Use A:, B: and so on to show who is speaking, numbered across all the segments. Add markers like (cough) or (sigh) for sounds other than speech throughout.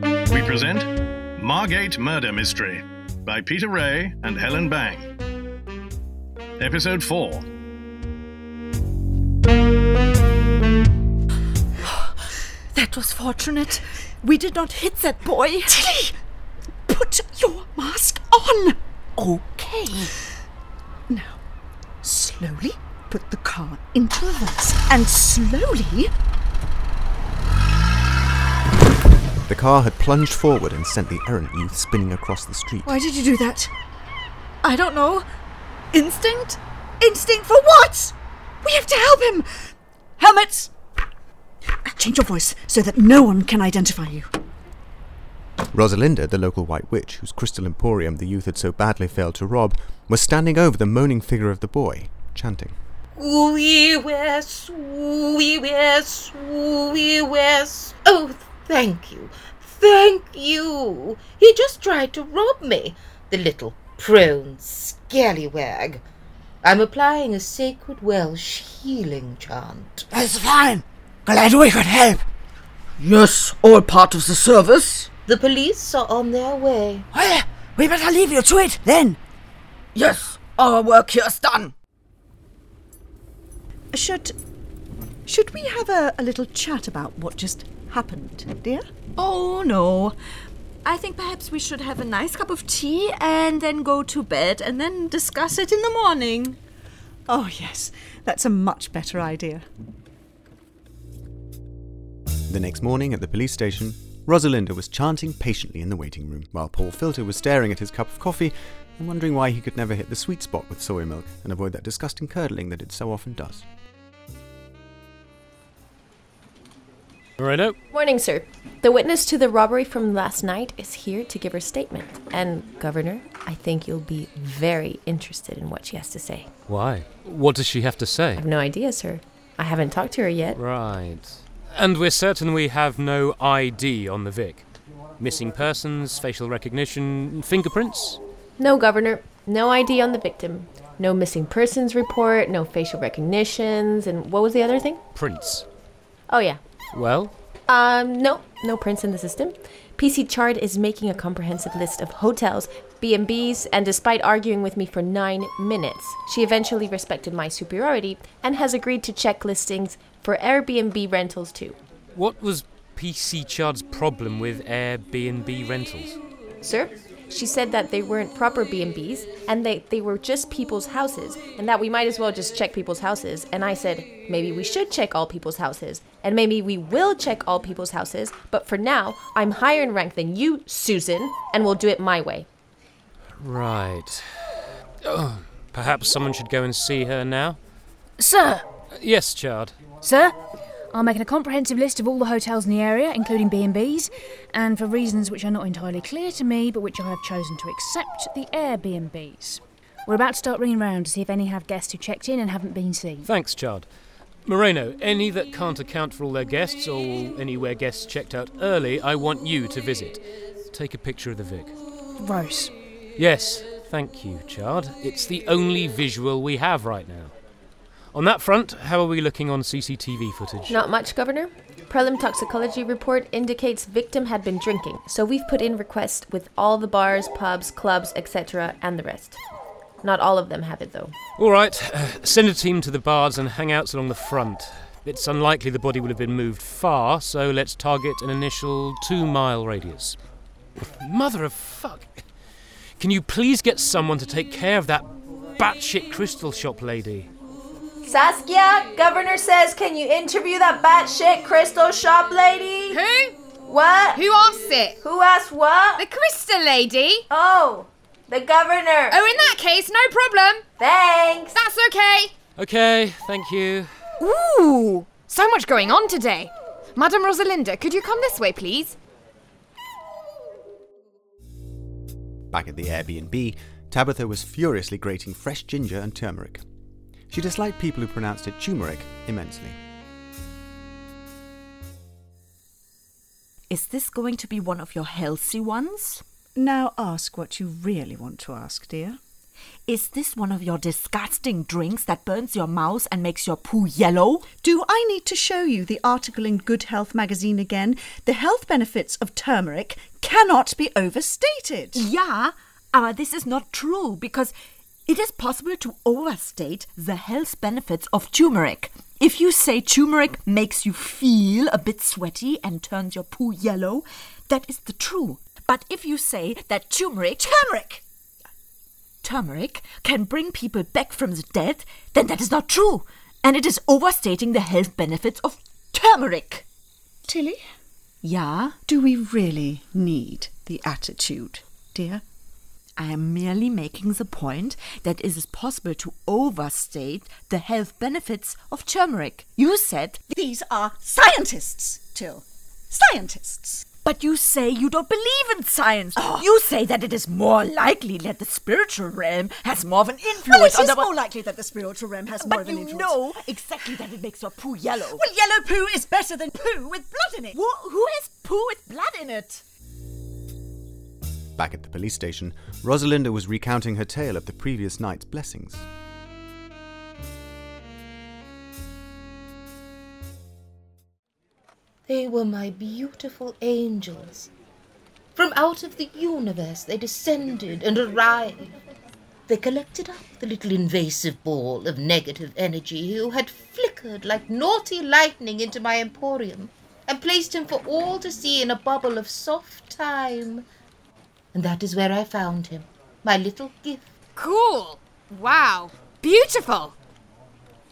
A: present Margate Murder Mystery by Peter Ray and Helen Bang. Episode 4.
B: That was fortunate. We did not hit that boy.
C: Tilly! Put your mask on!
B: Okay.
C: Now, slowly put the car into reverse and slowly.
D: The car had plunged forward and sent the errant youth spinning across the street.
C: Why did you do that?
B: I don't know. Instinct?
C: Instinct for what? We have to help him! Helmets! Change your voice so that no one can identify you.
D: Rosalinda, the local white witch, whose crystal emporium the youth had so badly failed to rob, was standing over the moaning figure of the boy, chanting.
E: Wee wes, wee wes, wee wes. E Oh, thank you, thank you. He just tried to rob me, the little prone scallywag. I'm applying a sacred Welsh healing chant.
F: That's fine. Glad we could help.
G: Yes, all part of the service.
E: The police are on their way.
F: Well, we better leave you to it then.
G: Yes, our work here is done.
C: Should. Should we have a, a little chat about what just happened, dear?
B: Oh no. I think perhaps we should have a nice cup of tea and then go to bed and then discuss it in the morning.
C: Oh, yes, that's a much better idea.
D: The next morning at the police station, Rosalinda was chanting patiently in the waiting room, while Paul Filter was staring at his cup of coffee and wondering why he could never hit the sweet spot with soy milk and avoid that disgusting curdling that it so often does.
H: Righto.
I: Morning, sir. The witness to the robbery from last night is here to give her statement. And, Governor, I think you'll be very interested in what she has to say.
H: Why? What does she have to
I: I
H: say?
I: have no idea, sir. I haven't talked to her yet.
H: Right. And we're certain we have no ID on the Vic. Missing persons, facial recognition, fingerprints?
I: No, Governor. No ID on the victim. No missing persons report, no facial recognitions, and what was the other thing?
H: Prints.
I: Oh, yeah.
H: Well,
I: Um, no, no prints in the system. PC Chart is making a comprehensive list of hotels, B&Bs, and despite arguing with me for 9 minutes, she eventually respected my superiority and has agreed to check listings for Airbnb rentals too.
H: what was PC Chard's problem with Airbnb rentals?
I: Sir, she said that they weren't proper B&Bs and that they were just people's houses and that we might as well just check people's houses. And I said, maybe we should check all people's houses and maybe we will check all people's houses, but for now, I'm higher in rank than you, Susan, and we'll do it my way.
H: Right. Oh, perhaps someone should go and see her now?
J: Sir,
H: Yes, Chard.
J: sir, I'm making a comprehensive list of all the hotels in the area, including B&Bs, and for reasons which are not entirely clear to me, but which I have chosen to accept, the Airbnbs. We're about to start ringing round to see if any have guests who checked in and haven't been seen.
H: Thanks, Chard. Moreno, any that can't account for all their guests or any where guests checked out early, I want you to visit. Take a picture of the Vic.
J: Rose.
H: Yes, thank you, Chard. It's the only visual we have right now. On that front, how are we looking on CCTV footage?
I: Not much, Governor. Prelim toxicology report indicates victim had been drinking, so we've put in requests with all the bars, pubs, clubs, etc., and the rest. Not all of them have it though.
H: All right, uh, send a team to the bars and hangouts along the front. It's unlikely the body will have been moved far, so let's target an initial two mile radius. Mother of fuck! Can you please get someone to take care of that batshit crystal shop lady?
I: Saskia, Governor says, can you interview that batshit crystal shop lady?
K: Who?
I: What?
K: Who asked it?
I: Who asked what?
K: The crystal lady.
I: Oh, the governor.
K: Oh, in that case, no problem.
I: Thanks.
K: That's okay.
H: Okay, thank you.
K: Ooh, so much going on today. Madame Rosalinda, could you come this way, please?
D: Back at the Airbnb, Tabitha was furiously grating fresh ginger and turmeric. She disliked people who pronounced it turmeric immensely.
B: Is this going to be one of your healthy ones?
C: Now ask what you really want to ask, dear.
B: Is this one of your disgusting drinks that burns your mouth and makes your poo yellow?
C: Do I need to show you the article in Good Health magazine again? The health benefits of turmeric cannot be overstated.
B: Yeah, but this is not true because it is possible to overstate the health benefits of turmeric. If you say turmeric makes you feel a bit sweaty and turns your poo yellow, that is the true. But if you say that turmeric, turmeric, turmeric can bring people back from the dead, then that is not true. And it is overstating the health benefits of turmeric.
C: Tilly?
B: Yeah?
C: Do we really need the attitude, dear?
B: I am merely making the point that it is possible to overstate the health benefits of turmeric. You said
C: these are scientists, Till. Scientists. Ah.
B: But you say you don't believe in science. You say that it is more likely that the spiritual realm has more of an influence
C: Well, it
B: on
C: is
B: the
C: more likely that the spiritual realm has more
B: But
C: of an
B: you
C: influence.
B: know Oh, exactly that it makes your poo yellow.
C: Oh, Well, yellow poo is better than poo with blood in it.
B: Who, who has poo with blood in it?
D: Back at the police station, Rosalinda was recounting her tale of the previous night's blessings.
E: They were my beautiful angels. From out of the universe they descended and arrived. They collected up the little invasive ball of negative energy who had flickered like naughty lightning into my emporium and placed him for all to see in a bubble of soft time. And that is where I found him, my little gift.
K: Cool. Wow. Beautiful.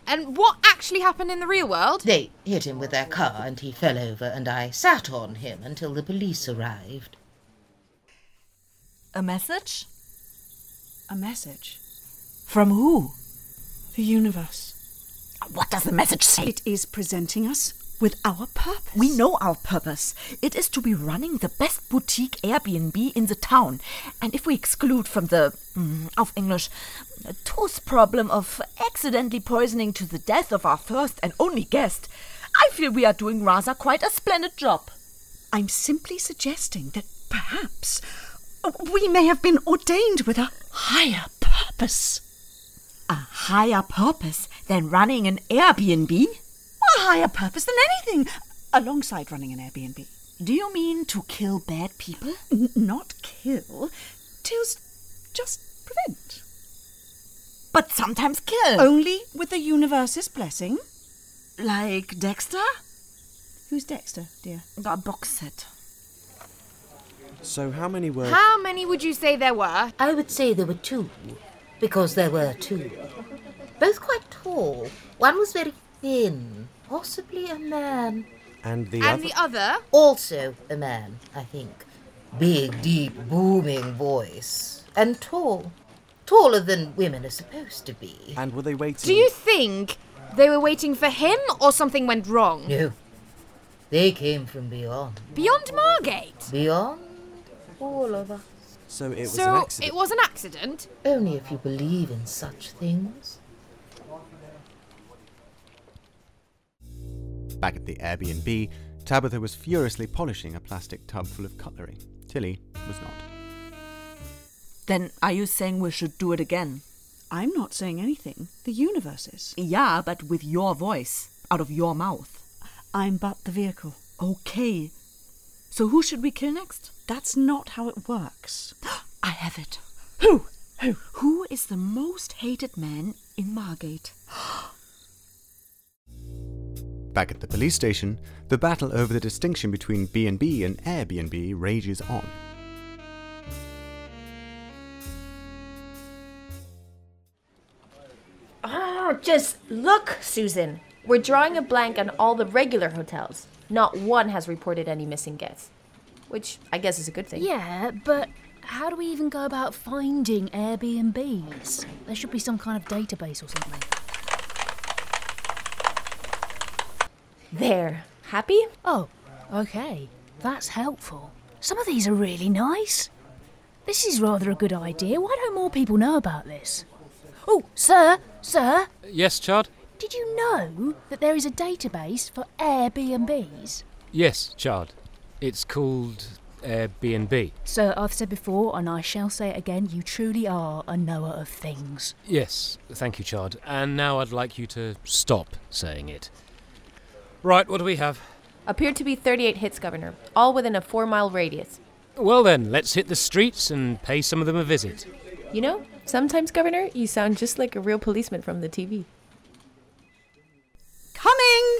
K: And what actually happened in the real world?
E: They hit him with their car and he fell over, and I sat on him until the police arrived.
B: A message?
C: A message?
B: From who?
C: The universe.
B: What does the message say?
C: It is presenting us with our purpose.
B: We know our purpose. It is to be running the best boutique Airbnb in the town. And if we exclude from the, mm, of English, tooth problem of accidentally poisoning to the death of our first and only guest, I feel we are doing rather quite a splendid job.
C: I'm simply suggesting that perhaps we may have been ordained with a higher purpose.
B: A higher purpose than running an Airbnb?
C: A higher purpose than anything, alongside running an Airbnb.
B: Do you mean to kill bad people?
C: N- not kill, to s- just prevent.
B: But sometimes kill.
C: Only with the universe's blessing.
B: Like Dexter?
C: Who's Dexter, dear?
B: A box set.
L: So, how many were.
K: How many would you say there were?
E: I would say there were two, because there were two. Both quite tall. One was very thin, possibly a man.
L: and the other.
K: and the other?
E: Also a man, I think. Big, deep, booming voice. And tall. Taller than women are supposed to be.
L: and were they waiting?
K: Do you think they were waiting for him or something went wrong?
E: No. They came from beyond.
K: Beyond Margate?
E: Beyond all of us.
L: So, it was
K: so
L: an accident.
K: it was an accident?
E: Only if you believe in such things.
D: Back at the Airbnb, Tabitha was furiously polishing a plastic tub full of cutlery. Tilly was not.
B: Then are you saying we should do it again?
C: I'm not saying anything. The universe is.
B: Yeah, but with your voice, out of your mouth.
C: I'm but the vehicle.
B: Okay. So who should we kill next?
C: That's not how it works.
B: (gasps) I have it.
C: Who?
B: Who is the most hated man in Margate?
D: Back at the police station, the battle over the distinction between B&B and Airbnb rages on.
I: Oh, just look, Susan. We're drawing a blank on all the regular hotels. Not one has reported any missing guests, which I guess is a good thing.
J: Yeah, but how do we even go about finding Airbnbs? There should be some kind of database or something.
I: There. Happy?
J: Oh, okay. That's helpful. Some of these are really nice. This is rather a good idea. Why don't more people know about this? Oh, sir, sir,
H: Yes, Chard?
J: did you know that there is a database for Airbnbs?
H: Yes, Chard. It's called Airbnb.
J: Sir, I've said before, and I shall say it again, you truly are a knower of things.
H: Yes, thank you, Chard. And now I'd like you to stop saying it. Right, what do we have?
I: Appeared to be 38 hits, Governor, all within a four mile radius.
H: Well then, let's hit the streets and pay some of them a visit.
I: You know, sometimes, Governor, you sound just like a real policeman from the TV.
C: Coming!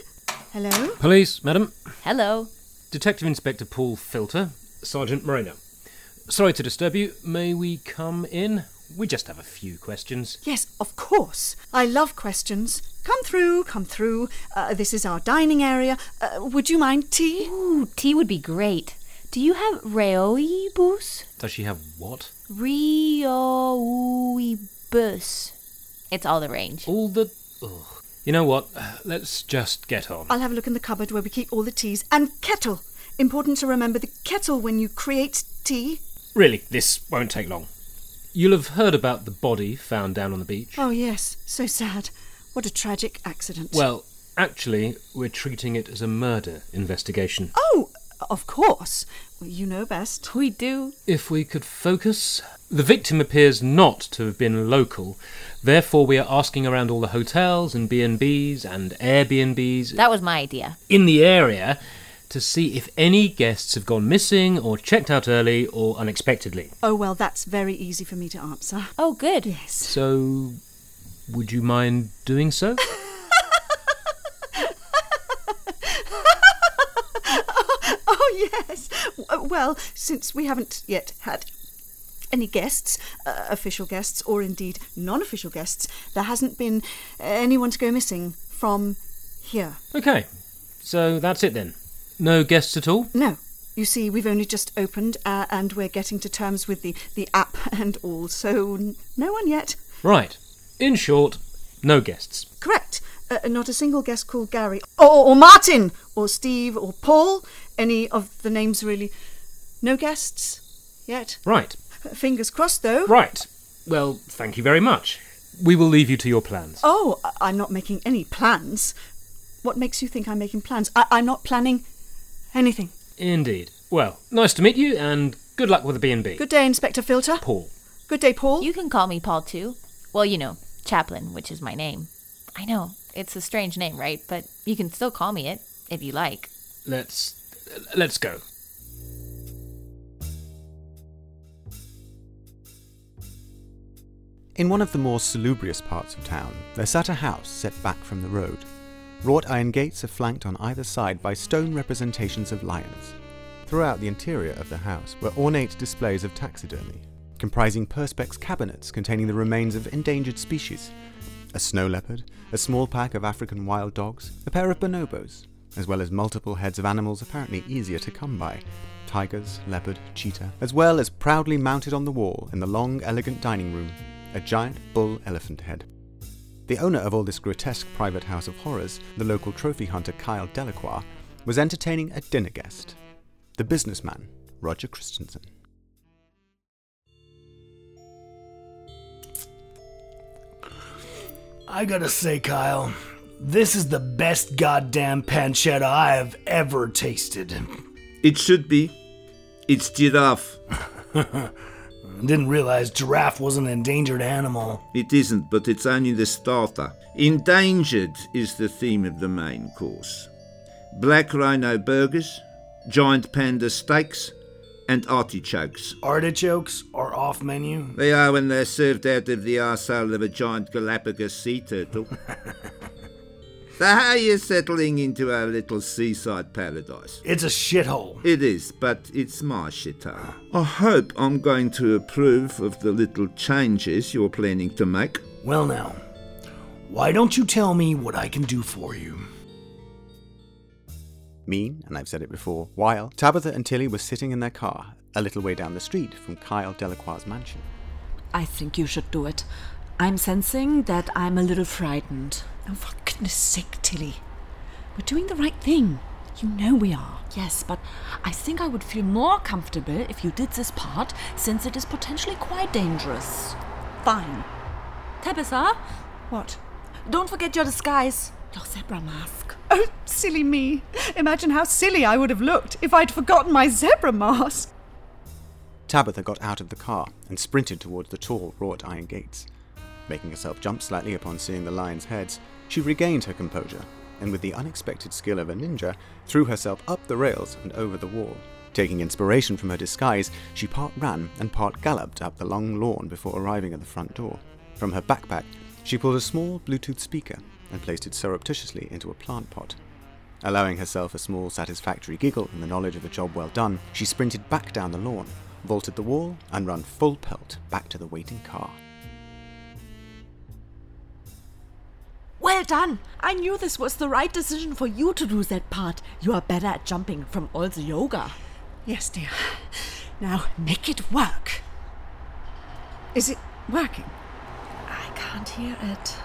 C: Hello?
H: Police, madam.
I: Hello.
H: Detective Inspector Paul Filter, Sergeant Moreno. Sorry to disturb you. May we come in? We just have a few questions.
C: Yes, of course. I love questions. Come through, come through. Uh, this is our dining area. Uh, would you mind tea?
L: Ooh, tea would be great. Do you have reoibus?
H: Does she have what?
L: Reoibus. It's all the range.
H: All the. Ugh. You know what? Let's just get on.
C: I'll have a look in the cupboard where we keep all the teas and kettle. Important to remember the kettle when you create tea.
H: Really, this won't take long. You'll have heard about the body found down on the beach.
C: Oh, yes, so sad. What a tragic accident.
H: Well, actually, we're treating it as a murder investigation.
C: Oh, of course. Well, you know best.
L: We do.
H: If we could focus. The victim appears not to have been local. Therefore, we are asking around all the hotels and B&Bs and Airbnbs
L: That was my idea.
H: in the area to see if any guests have gone missing or checked out early or unexpectedly.
C: Oh, well, that's very easy for me to answer.
L: Oh, good.
C: Yes.
H: So, would you mind doing so?
C: (laughs) Oh, yes. W- Well, since we haven't yet had any guests, uh, official guests, or indeed non official guests, there hasn't been anyone to go missing from here.
H: okay, so that's it then. No guests at all?
C: No. You see, we've only just opened uh, and we're getting to terms with the, the app (laughs) and all, so n- no one yet.
H: Right. In short, no guests.
C: Correct. Uh, not a single guest called Gary, or, or Martin, or Steve, or Paul. Any of the names, really. No guests yet. Uh,
H: Right.
C: Fingers crossed, though.
H: Right. Well, thank you very much. We will leave you to your plans.
C: Oh, I- I'm not making any plans. What makes you think I'm making plans? I- I'm not planning anything.
H: Indeed. Well, nice to meet you and good luck with the B&B.
C: Good day, Inspector Filter.
H: Paul.
C: Good day, Paul.
L: You can call me Paul too. Well, you know, Chaplin, which is my name. I know, it's a strange name, right? But you can still call me it if you like.
H: Let's let's go.
D: In one of the more salubrious parts of town, there sat a house set back from the road. Wrought iron gates are flanked on either side by stone representations of lions. Throughout the interior of the house were ornate displays of taxidermy, comprising perspex cabinets containing the remains of endangered species a snow leopard, a small pack of African wild dogs, a pair of bonobos, as well as multiple heads of animals apparently easier to come by tigers, leopard, cheetah, as well as proudly mounted on the wall in the long, elegant dining room, a giant bull elephant head. The owner of all this grotesque private house of horrors, the local trophy hunter Kyle Delacroix, was entertaining a dinner guest, the businessman Roger Christensen.
M: I gotta say, Kyle, this is the best goddamn pancetta I have ever tasted. (laughs)
N: It should be. It's giraffe.
M: Didn't realize giraffe was an endangered animal.
N: It isn't, but it's only the starter. Endangered is the theme of the main course. Black rhino burgers, giant panda steaks, and artichokes.
M: Artichokes are off menu.
N: They are when they're served out of the arsehole of a giant Galapagos sea turtle. so how are you settling into our little seaside paradise?
M: It's a shithole.
N: It is, but it's my shithole. I hope I'm going to approve of the little changes you're planning to make.
M: Well, now, why don't you tell me what I can do for you?
D: Mean, and I've said it before, while Tabitha and Tilly were sitting in their car a little way down the street from Kyle Delacroix's mansion.
B: I think you should do it. I'm sensing that I'm a little frightened.
C: Oh, for goodness sake, Tilly. We're doing the right thing. You know we are.
B: Yes, but I think I would feel more comfortable if you did this part, since it is potentially quite dangerous.
C: Fine.
B: Tabitha?
C: What?
B: Don't forget your disguise. Your zebra mask.
C: Oh, silly me. Imagine how silly I would have looked if I'd forgotten my zebra mask.
D: Tabitha got out of the car and sprinted towards the tall wrought iron gates. Making herself jump slightly upon seeing the lions' heads, she regained her composure and with the unexpected skill of a ninja, threw herself up the rails and over the wall. Taking inspiration from her disguise, she part ran and part galloped up the long lawn before arriving at the front door. From her backpack, she pulled a small Bluetooth speaker and placed it surreptitiously into a plant pot. Allowing herself a small satisfactory giggle in the knowledge of a job well done, she sprinted back down the lawn, vaulted the wall, and ran full pelt back to the waiting car.
B: Well done! I knew this was the right decision for you to do that part. You are better at jumping from all the yoga.
C: Yes, dear. Now make it work. Is it working? I can't hear
B: (laughs)
C: it.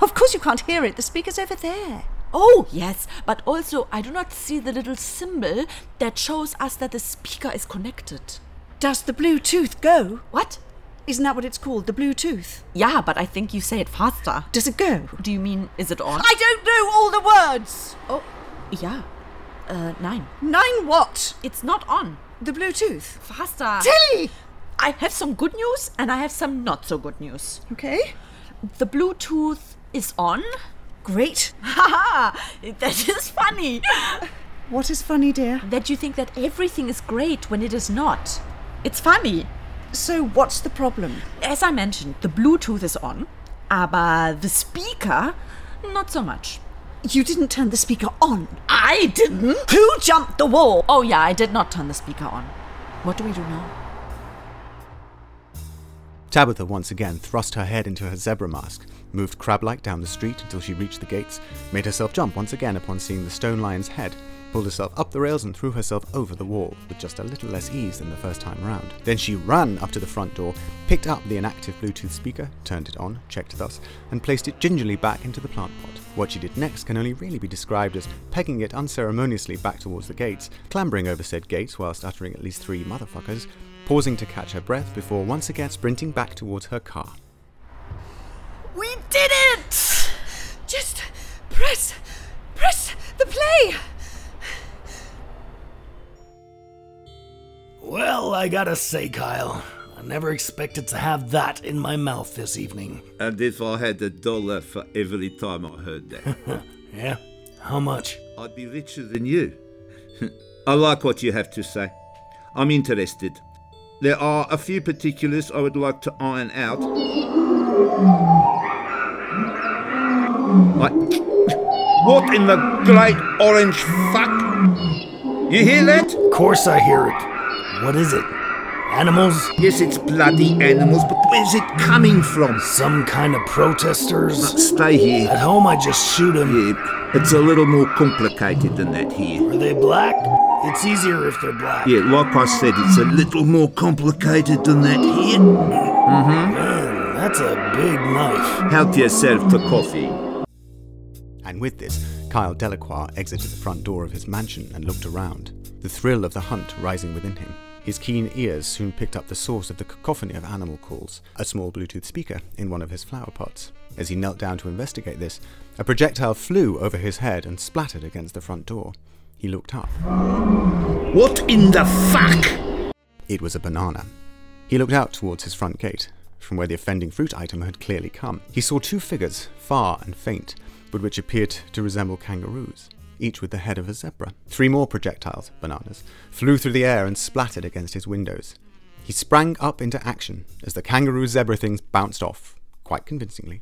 C: of course you can't hear it. The speaker's over there.
B: Oh, yes, but also I do not see the little symbol that shows us that the speaker is connected.
C: Does the Bluetooth go?
B: What?
C: Isn't that what it's called? The Bluetooth?
B: Yeah, but I think you say it faster.
C: Does it go?
B: Do you mean is it on?
C: I don't know all the words!
B: Oh, yeah. Uh, nine.
C: Nine what?
B: It's not on.
C: The Bluetooth.
B: Faster. Ah.
C: Tilly!
B: I have some good news and I have some not so good news.
C: Okay.
B: The Bluetooth is on.
C: Great.
B: Haha! that is funny!
C: What is funny, dear?
B: That you think that everything is great when it is not. It's funny.
C: So, what's the problem?
B: As I mentioned, the Bluetooth is on, aber the speaker, not so much.
C: You didn't turn the speaker on.
B: I didn't?
C: Who jumped the wall?
B: Oh, yeah, I did not turn the speaker on. What do we do now?
D: Tabitha once again thrust her head into her zebra mask, moved crab like down the street until she reached the gates, made herself jump once again upon seeing the stone lion's head, pulled herself up the rails and threw herself over the wall with just a little less ease than the first time round. Then she ran up to the front door, picked up the inactive Bluetooth speaker, turned it on, checked thus, and placed it gingerly back into the plant pot. What she did next can only really be described as pegging it unceremoniously back towards the gates, clambering over said gates whilst uttering at least three motherfuckers, pausing to catch her breath before once again sprinting back towards her car.
C: We did it! Just press, press the play!
M: Well, I gotta say, Kyle, I never expected to have that in my mouth this evening.
N: And if I had a dollar for every time I heard that,
M: yeah? How much?
N: I'd be richer than you. (laughs) I like what you have to say. I'm interested. There are a few particulars I would like to iron out. Like, what in the great orange fuck? You hear that?
M: Of course I hear it. What is it? Animals?
N: Yes, it's bloody animals, but where's it coming from?
M: Some kind of protesters?
N: But stay here.
M: At home I just shoot them.
N: Yeah, it's a little more complicated than that here.
M: Are they black? It's easier if they're black.
N: Yeah, like I said, it's a little more complicated than that here. Mm-hmm.
M: Man, that's a big knife.
N: Help yourself to coffee.
D: And with this, Kyle Delacroix exited the front door of his mansion and looked around, the thrill of the hunt rising within him. His keen ears soon picked up the source of the cacophony of animal calls, a small Bluetooth speaker in one of his flower pots. As he knelt down to investigate this, a projectile flew over his head and splattered against the front door. He looked up.
N: What in the fuck?
D: It was a banana. He looked out towards his front gate, from where the offending fruit item had clearly come. He saw two figures, far and faint, but which appeared to resemble kangaroos each with the head of a zebra. Three more projectiles, bananas, flew through the air and splattered against his windows. He sprang up into action as the kangaroo zebra things bounced off, quite convincingly.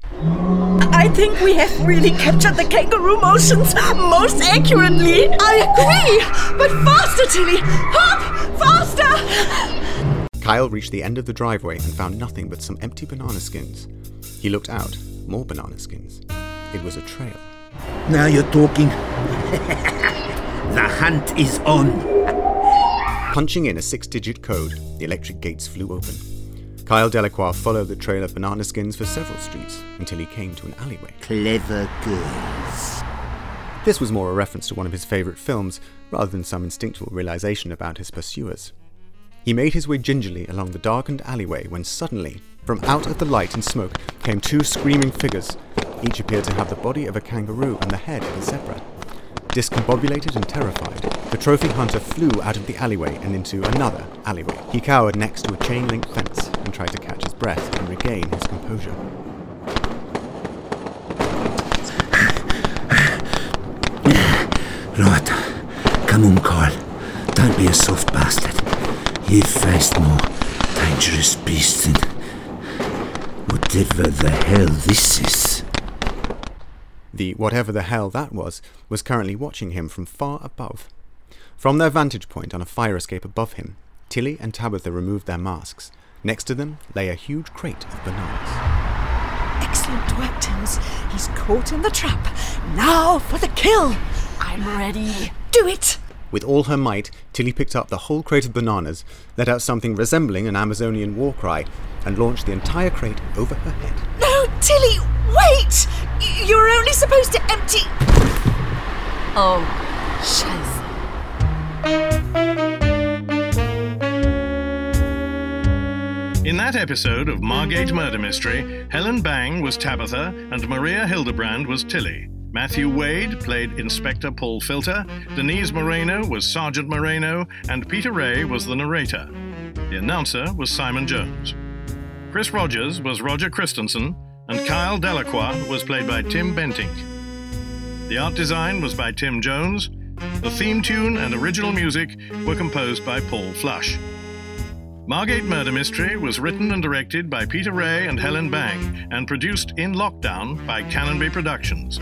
B: I think we have really captured the kangaroo motions most accurately.
C: I agree! But faster, Tilly! Hop! Faster!
D: Kyle reached the end of the driveway and found nothing but some empty banana skins. He looked out, more banana skins. It was a trail.
N: Now you're talking. the hunt is on.
D: Punching in a six digit code, the electric gates flew open. Kyle Delacroix followed the trail of banana skins for several streets until he came to an alleyway.
N: Clever girls.
D: This was more a reference to one of his favourite films rather than some instinctual realisation about his pursuers. He made his way gingerly along the darkened alleyway when suddenly, from out of the light and smoke, came two screaming figures each appeared to have the body of a kangaroo and the head of a zebra. Discombobulated and terrified, the trophy hunter flew out of the alleyway and into another alleyway. He cowered next to a chain link fence and tried to catch his breath and regain his composure.
O: (laughs) Right. Come on, Carl. Don't be a soft bastard. You've faced more dangerous beasts than whatever the hell this is.
D: The whatever the hell that was was currently watching him from far above. From their vantage point on a fire escape above him, Tilly and Tabitha removed their masks. Next to them lay a huge crate of bananas.
C: Excellent work, Tins. He's caught in the trap. Now for the kill.
B: I'm ready.
C: Do it.
D: With all her might, Tilly picked up the whole crate of bananas, let out something resembling an Amazonian war cry, and launched the entire crate over her head.
C: No, Tilly, wait. Y- You're only supposed to empty.
B: Oh, scheiße.
A: In that episode of Margate Murder Mystery, Helen Bang was Tabitha and Maria Hildebrand was Tilly. Matthew Wade played Inspector Paul Filter, Denise Moreno was Sergeant Moreno, and Peter Ray was the narrator. The announcer was Simon Jones. Chris Rogers was Roger Christensen, and Kyle Delacroix was played by Tim Bentink. The art design was by Tim Jones. The theme tune and original music were composed by Paul Flush. Margate Murder Mystery was written and directed by Peter Ray and Helen Bang and produced in lockdown by Cannonby Productions.